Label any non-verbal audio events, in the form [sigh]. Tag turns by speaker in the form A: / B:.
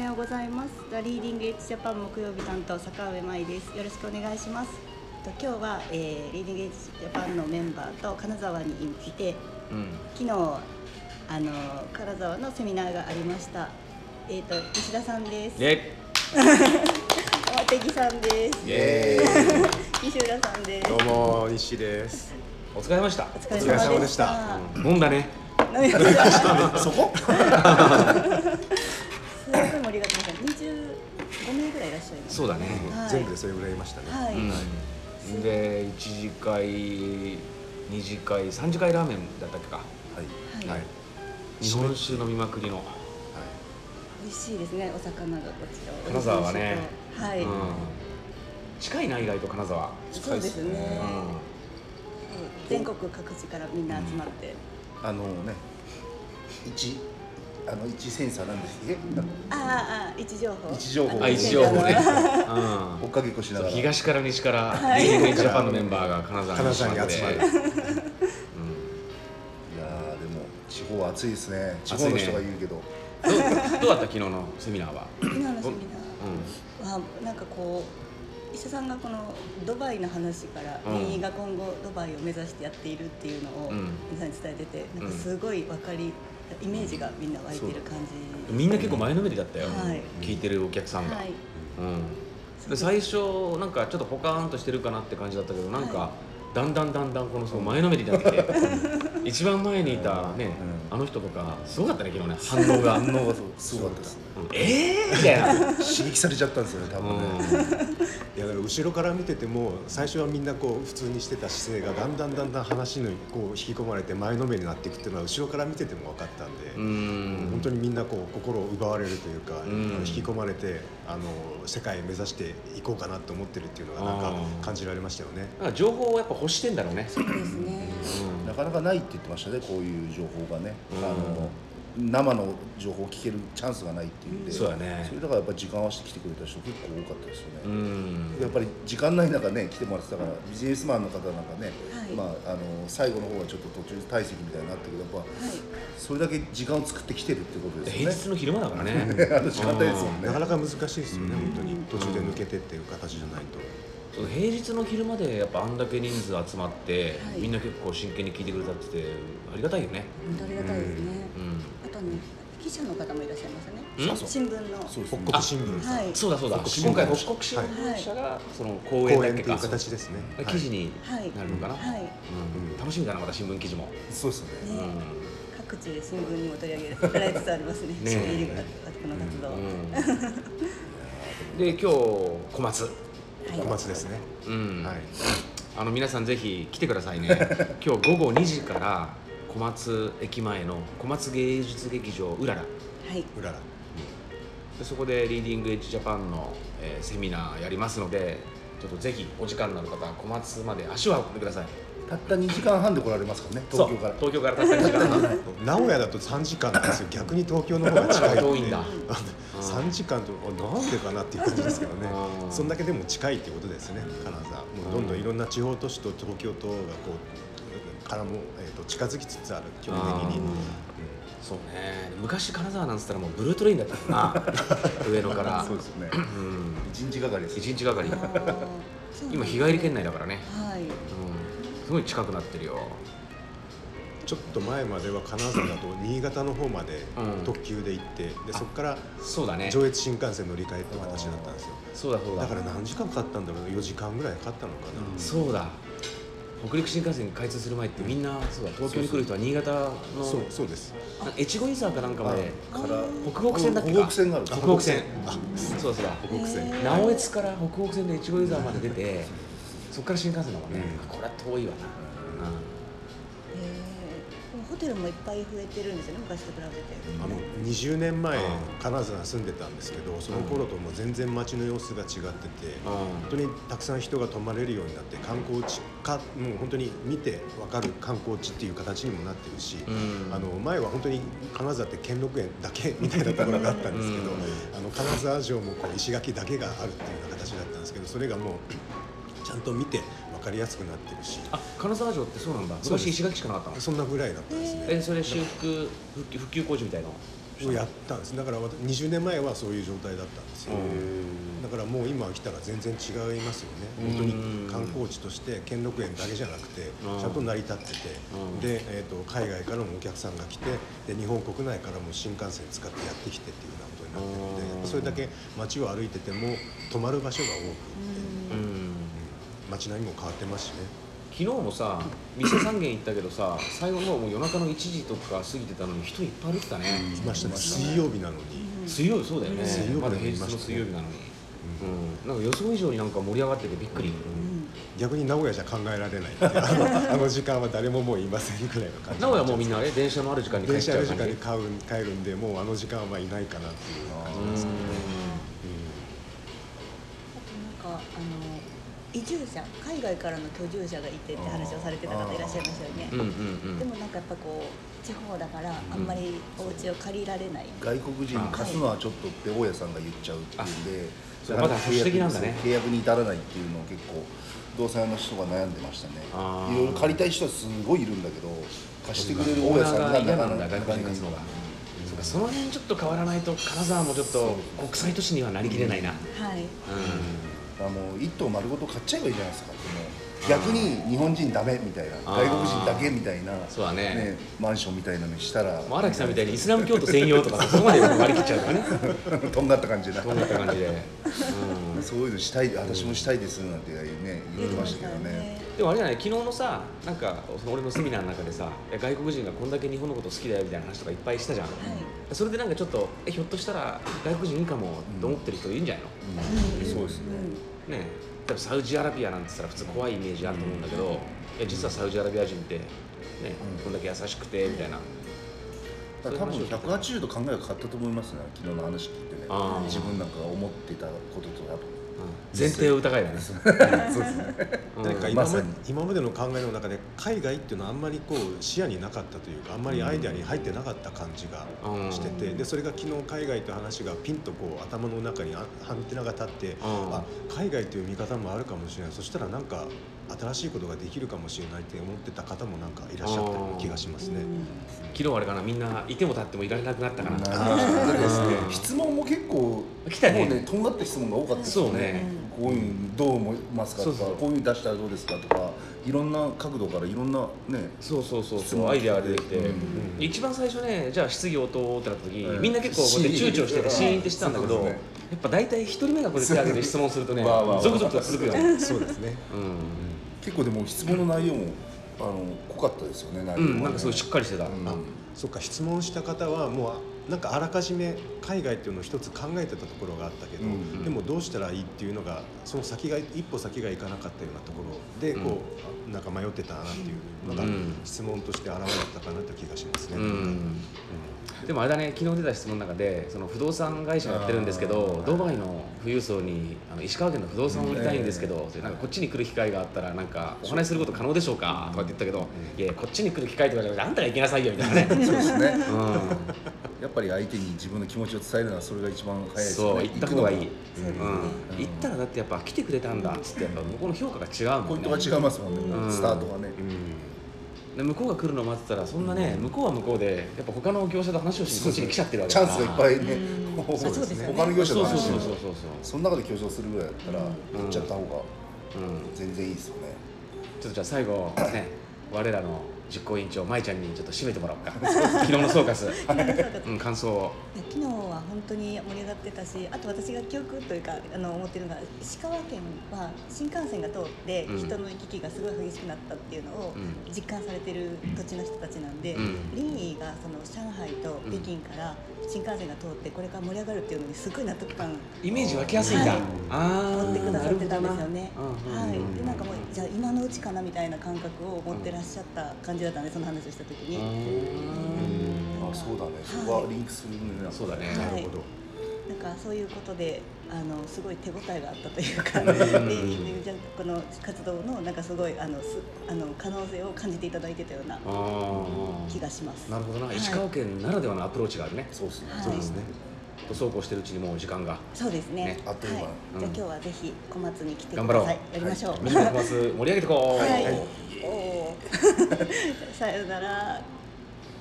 A: ようございます。ザリーディングエッジジャパン木曜日担当坂上舞です。よろしくお願いします。と今日は、えー、リーディングエッジジャパンのメンバーと金沢にいて
B: うん
A: 昨日あの金沢のセミナーがありました。えっ、と石田さんです。
B: イエ
A: 大手木さんです。
B: イ
C: え
A: [laughs] 西浦さんです。
C: どうも西です。
B: お疲れ様でした
A: お疲れ様でした。
B: 飲んだね
A: 飲みました [laughs] す
C: そ
A: ご
C: こ？
A: い盛り上がってました。二十五名ぐらいいらっしゃいます。
B: そうだね
A: はい
C: 全部でそれぐらいいましたね。
A: はい。
B: うんで1次会2次会3次会ラーメンだったっけか
C: はい
A: は
C: はいい
B: 日本酒飲みまくりの
A: 美味しいですね。お魚がこちら。
B: 金沢はね
A: は
B: う
A: い。
B: ん近いな意外と金沢
A: そうですね
B: う。ん
A: 全国各地からみんな集まって。
C: あのね、一あの一センサーなんですけど、
A: ああああ位置情報。
C: 位置情報
B: あ位置情報ねうん
C: 追っかけっこしながら
B: 東から西からリーグエッジジャパンのメンバーが金沢に集まって
C: 金沢に集いやーでも地方は暑いですね。地方の人が言うけど、
B: うんどどうだった昨日のセミナーは
A: 今のセミ
B: う
A: ナーはなんかこう医者さんがこのドバイの話から
B: うん
A: 民意が今後ドバイを目指してやっているっていうのを
B: うん
A: 皆さんに伝えててなん
B: うん
A: かすごい分かりイメージがみんな湧いてる感じ。
B: みんな結構前のめりだったよ
A: はい
B: 聞いてるお客さんが
A: はい。
B: うん、で最初なんかちょっとポカーンとしてるかなって感じだったけどなんか、
A: は
B: だんだんだんだんこのその前のめりになってきて一番前にいたね、
C: う
B: あの人とかすごかったね昨日ね
A: [laughs]
B: 反応が
C: 反応がすごかったですね。
B: うんえーみたいな、うん
C: 刺激されちゃったんですよね多分ね。
D: いやだから後ろから見てても最初はみんなこう普通にしてた姿勢がだんだんだんだん話にこう引き込まれて前のめりになっていくっていうのは後ろから見てても分かったんで、
B: うん
D: 本当にみんなこう心を奪われるというか、
B: ん
D: 引き込まれてあの世界を目指していこうかなと思ってるっていうのがなん
B: あ
D: か
B: ー
D: 感じられましたよね。
B: なんか情報をやっぱ欲してんだろうね、
A: そうですね。
B: うん
C: なかなかないって言ってましたねこういう情報がね。
B: うん
C: あの生の情報を聞けるチャンスがないっていうんで、
B: そうだね
C: それだからやっぱ時間を合わせて来てくれた人結構多かったですよね。
B: うん
C: やっぱり時間ない中ね来てもらってたからビジネスマンの方なんかね、
A: はい
C: まあ、あの最後の方はちょっと途中退席みたいになったけどやっぱ
A: はい。
C: それだけ時間を作ってきてるってことですよ
B: 平
C: ね
B: 日の昼間だからね
C: [laughs] あの時間帯ですもんね
D: なかなか難しいですよね、本当に途中で抜けてっていう形じゃないと、
B: そう平日の昼間でやっぱあんだけ人数集まって、
A: はい
B: みんな結構真剣に聞いてくれたっててありがたいよね、
A: 本当ありがたいですね。
B: うん、
A: あとね記者の方もいらっしゃいますね。
B: うん
A: 新聞の。
C: そうです
D: 北
C: ね
D: 国新聞さん、
A: はい。
B: そうだそうだ
D: 北国
B: 今回
D: 新聞
B: 北国新聞社がその講演
D: 講
B: だっ
D: 演
B: け
D: と
B: か
D: いう形ですね。
B: 記事に
A: はい
B: なるのかな、
A: はい。
B: うん楽しみだなまた新聞記事も、
C: そうですね
B: うん
A: ね、各地で新聞にも取り上げられつつありますね。
B: ね
A: 新入りこの活動。
B: う
A: はい。
B: んで今日小松、
D: 小松ですね。
B: うん
D: はい。
B: あの皆さんぜひ来てくださいね今日午後2時から小松駅前の小松芸術劇場うらら
A: はい。
D: うらら。
B: でそこでリーディングエッジジャパンの、えーセミナーやりますのでちょっとぜひお時間のある方は小松まで足を運んでください
C: たった2時間半で来られますからね東京から
B: そう東京からたった2時間 [laughs] 半
D: 名古屋だと3時間なんですよ逆に東京の方が近い
B: 遠いんだ
D: [laughs] 3時間とあなんでかなっていう感じですけどね
B: あー
D: そんだけでも近いってことですね金沢もうどんどんいろんな地方都市と東京都がこうからも、えー、と近づきつつある距離的に
B: あーそうね昔金沢なんつったらもうブルートレインだったからな [laughs] 上野から
C: [laughs] そうですね
B: うん
C: 1日がかりです
B: 1日がかり
A: あーそうなん
B: 今
A: ですね
B: 日帰り圏内だからね、
A: はい。
B: うん、すごい近くなってるよ
D: ちょっと前までは金沢だと新潟の方まで
B: うん
D: 特急で行ってでそこから
B: そうだね
D: 上越新幹線乗り換えって形だったんですよ
B: そうだそうだ
D: だから何時間かかったんだろう4時間ぐらいかかったのかな、
B: そうだ北陸新幹線開通する前ってみんなそうだ東京に来る人は新潟の
D: そうそうです
B: な越後湯沢かなんかまで
C: から
B: 北北線だっけか
C: 北北線がある
B: 北北線
D: あ
B: そうだそうだ
D: 北国線
A: へー
B: 直江津から北北線で越後湯沢まで出てそこから新幹線だもんね、
D: うん
B: これは遠いわな、うん
A: えーでもホテルもいっぱい増えてるんですよね。昔と比べて。
D: あの20年前
B: うん
D: 金沢に住んでたんですけどその頃ともう全然街の様子が違ってて本当にたくさん人が泊まれるようになって観光地かもう本当に見て分かる観光地っていう形にもなってるし、
B: うん
D: あの前は本当に金沢って兼六園だけみたいなところがあったんですけど、
B: うん
D: あの金沢城もこう石垣だけがあるっていうような形だったんですけどそれがもうちゃんと見て分かりやすくなってるし
B: あ金沢城ってそうなんだ
D: そうで
B: 昔
D: す
B: 石垣しかなかったの
D: そんなぐらいだったんですね。
B: えそれ修復復旧復旧工事みたいのした
D: をやったんですだからわた20年前はそういう状態だったんですよだからもう今来たら全然違いますよね本当
B: うん
D: に観光地として兼六園だけじゃなくて
B: うん
D: ちゃんと成り立って
B: うん
D: てで、えー、と海外からもお客さんが来てで日本国内からも新幹線使ってやってきてっていうようなことになってるのでやっぱそれだけ街を歩いてても泊まる場所が多く
B: うん
D: 街並みも変わってますしね
B: 昨日もさ店三軒行ったけどさ最後の方もう夜中の1時とか過ぎてたのに人いっぱい歩いてたね、
D: いました
C: い
D: ね
C: ましたね
D: 水曜日なのに。
B: 水曜日そうだよね、
D: 水曜日
B: まだ平日の水曜日なのに、うんなんか予想以上になんか盛り上がっててびっくり、
D: 逆に名古屋じゃ考えられない
B: [laughs]
D: っていうあのあの時間は誰ももういませんぐらいの感じ
B: 名古屋もうみんなあれ電車のある時間に帰っ
D: 電
B: ち
D: 車
B: ゃ
D: の
B: う
D: 時
B: 感
D: 間
B: じ
D: に買うん帰るんでもうあの時間はまあいないかなっていう感じですね、
A: となんかあの移住者海外からの居住者がいてって話をされてた方いらっしゃいましたよね
B: うんうん
A: でもなんかやっぱこう地方だからあんまりお家を借りられない、
C: 外国人に貸すのはちょっとって大家さんが言っちゃうっていうんで
B: あ
C: れが
B: まだ保守的なんだね
C: 契約に至らないっていうのを結構動産屋の人が悩んでましたね
B: あー
C: いろいろ借りたい人はすごいいるんだけど貸してくれる
B: オ
C: 大
B: ー
C: 家
B: ナ
C: さ
B: ー
C: んが
B: が嫌なんだ
C: な
B: 外
C: か
B: 国人
C: なか
B: 貸すのが、そうかその辺ちょっと変わらないと金沢もちょっと国際都市にはなりきれないな、
A: はい
C: あの一棟丸ごと買っちゃえばいいじゃないですかでも逆に日本人ダメみたいな
B: あー
C: 外国人だけみたいな
B: そうだね
C: マンションみたいなのにしたら
B: もう荒木さんみたいにイスラム教徒専用とかそこまで割り切っちゃうとかね
C: [laughs] とんがった感じで
B: こんな感じで、うん
C: そういうのしたい私もしたいですなんてね言ってましたけどね
B: でもあれじゃない昨日のさなんかその俺のセミナーの中でさいや外国人がこんだけ日本のこと好きだよみたいな話とかいっぱいしたじゃん、それでなんかちょっとえひょっとしたら外国人いいかもと思ってる人いるんじゃないの、
C: うんそうですね
B: ね多分サウジアラビアなんてさ普通怖いイメージあると思うんだけど、いや実はサウジアラビア人ってね、こんだけ優しくてみたいな、
C: だから多分180度考えが変わったと思いますね昨日の話聞いてね
B: あー
C: 自分なんかが思ってたことと多分
B: 前提を疑いだね、
C: [laughs] そうですね
B: うん
D: なんか
C: ま
D: 今ま
C: さに
D: 今までの考えの中で海外っていうのはあんまりこう視野になかったというかあんまりアイデアに入ってなかった感じが
B: うん
D: してて、でそれが昨日海外という話がピンとこう頭の中にあアンテナが立って、あ海外という見方もあるかもしれないそしたらなんか新しいことができるかもしれないって思ってた方もなんかいらっしゃったような気がしますね。
B: 昨日あれかなみんないても立ってもいられなくなったかな、
C: だってですね
B: うん
C: 質問も結構
B: 来たね
C: もうねとんがった質問が多かったですよ
B: そうね
C: こういうのどう思いますかとか
B: そうそう
C: こういうの出したらどうですかとかいろんな角度からいろんなね
B: そうそうそう
C: 質
B: そう
C: 問
B: アイデアが出てきて、
C: うん
B: うん一番最初ねじゃあ質疑応答ってなった時、
C: うん
B: みんな結構こうやって
C: シー
B: 躊
C: ン
B: 躇しててシーンってしてたんだけど、
C: そう
B: や
C: で
B: っ
C: すね
B: ぱ大体一人目がこうやって手挙げて質問するとね
C: わあわあわあ
B: 続々と続くよね、
D: そうですね
B: うん
C: 結構でも質問の内容もあの濃かったですよね内
B: う
C: 容も
B: ん、
C: ね
B: なんかすごいしっかりしてた、
C: うん
D: あそっか質問した方はもうなんかあらかじめ海外っていうのを一つ考えてたところがあったけど、
C: うん
D: でもどうしたらいいっていうのがその先が一歩先がいかなかったようなところでこう、なんか迷ってたなっていうのが
B: うん
D: 質問として現れたかなって気がしますね。
B: うんでもあれだね昨日出た質問の中でその不動産会社やってるんですけどドバイの富裕層にあの石川県の不動産を売りたいんですけど、なんかこっちに来る機会があったらなんかお話しすること可能でしょうかとかって言ったけど、いやこっちに来る機会とかじゃなくてあんたが行きなさいよみたいなね、
C: そうですね
B: うん、
C: やっぱり相手に自分の気持ちを伝えるのはそれが一番早いですね
B: そう行った方がいい、
C: 行
B: うん行ったらだってやっぱ来てくれたんだっつってやっぱ向こうの評価が違う
C: くの
B: も
C: ポイ
B: ん
C: ン
B: ね
C: トが違いますもんね、
B: うん
C: スタートがね、
B: で向こうが来るのを待ってたらそんなね、向こうは向こうでやっぱ他の業者と話をしにこっちに来ちゃってるわけ
C: チャンスがいっぱ
B: い
C: いね、
A: んそうですね
C: 他の業者
B: そう
C: と
B: そう
C: 話して
B: そう
C: る
B: そうそう
C: その中で競争するぐらいだったら行っちゃった方が
B: うん
C: 全然いいですよね、
B: ちょっとじゃあ最後ね我らの実行委員長舞ちゃんにちょっと締めてもらおうか昨日の総括、うん、感想を
A: 昨日は本当に盛り上がってたしあと私が記憶というかあの思ってるのが石川県は新幹線が通って
B: うん
A: 人の行き来がすごい激しくなったっていうのを
B: うん
A: 実感されてる土地の人たちなんで、
B: うん
A: リンイーがその上海と北京から新幹線が通ってこれから盛り上がるっていうのにすごい納得感
B: イメージ湧きやすいんだ、
A: はい
B: あ
A: 持って
B: ー
A: くだ
B: な
A: さっ
B: るほ
A: て
B: ど
A: た
B: なん
A: ですよね。
B: うんうん
A: は
B: うん
A: い。でなんかもうじゃあ今のうちかなみたいな感覚を持ってらっしゃった感じだったんでその話をした時に。
C: あそうだねそこはリンクするね、
B: そうだね、
A: は
D: ないるほど、
A: なんかそういうことであのすごい手応えがあったというか、
B: ん
A: でじゃあこの活動のなんかすごいあのすあの可能性を感じていただいてたような
B: あー
A: 気がします。
B: なるほどな、
A: はい
B: 石川県ならではのアプローチがあるね
C: そうですね、
A: はい
D: そうですね。
B: とそうこうしてるうちにもう時間が
A: そうですね。
B: ね
C: あっという間
A: は
B: うん
A: じゃあ今日はぜひ小松に来てくだ
B: 頑張ろう
A: さい。やりましょう。
B: みんなでコマス盛り上げてこう、
A: はい
C: はい
A: おーさよなら。